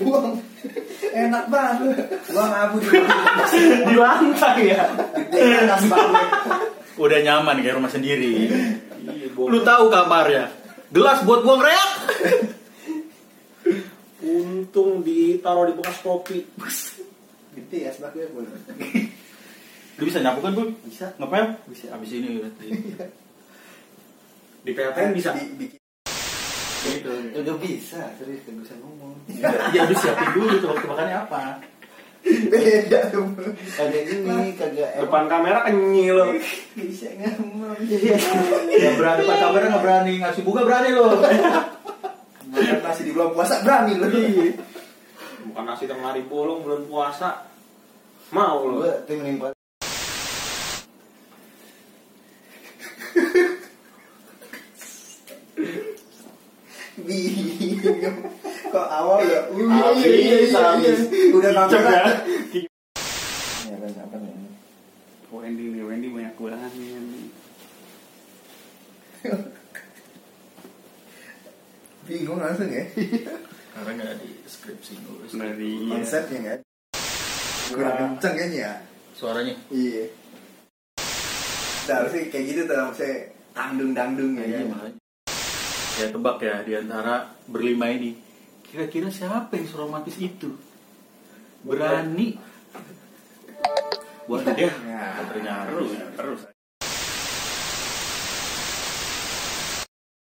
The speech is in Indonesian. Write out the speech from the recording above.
buang enak banget buang abu di di lantai ya panas banget Udah nyaman kayak rumah sendiri. lu Lu tahu kamarnya. Gelas buat buang reak. untung ditaruh di bekas kopi gitu ya sebabnya boleh Lu bisa nyapu kan, Bu? bisa Ngepel? Bisa. Habis ini Eh, di gitu. PLTN bisa Di- bikin Ya, udah bisa serius gak bisa ngomong Ya udah siapin dulu tuh waktu makannya apa. beda dong kagak ini kagak depan kamera kenyil lo bisa ngomong Ya berani pak kabarnya nggak berani ngasih bunga berani lo. makan nasi di bulan puasa berani lu Iya. bukan nasi tengah hari bolong bulan puasa mau gue lo tim yang paling bingung kok awal ya uh, Iya, À, Habis, habis. udah Kicep kamera ya. ya kan apa nih Oh Wendy nih, Wendy banyak kurangan nih. bingung langsung ya Karena nggak di skripsi nulis. Dari konsepnya nggak kurang Wah. kenceng kayaknya ya Suaranya. iya harusnya kayak gitu tuh saya tangdung dangdung ya Iya, kan? makanya. Ya tebak ya di antara berlima ini. Kira-kira siapa yang seromantis itu? Berani. Waduh ya. Nah, Ternyata. À. terus terus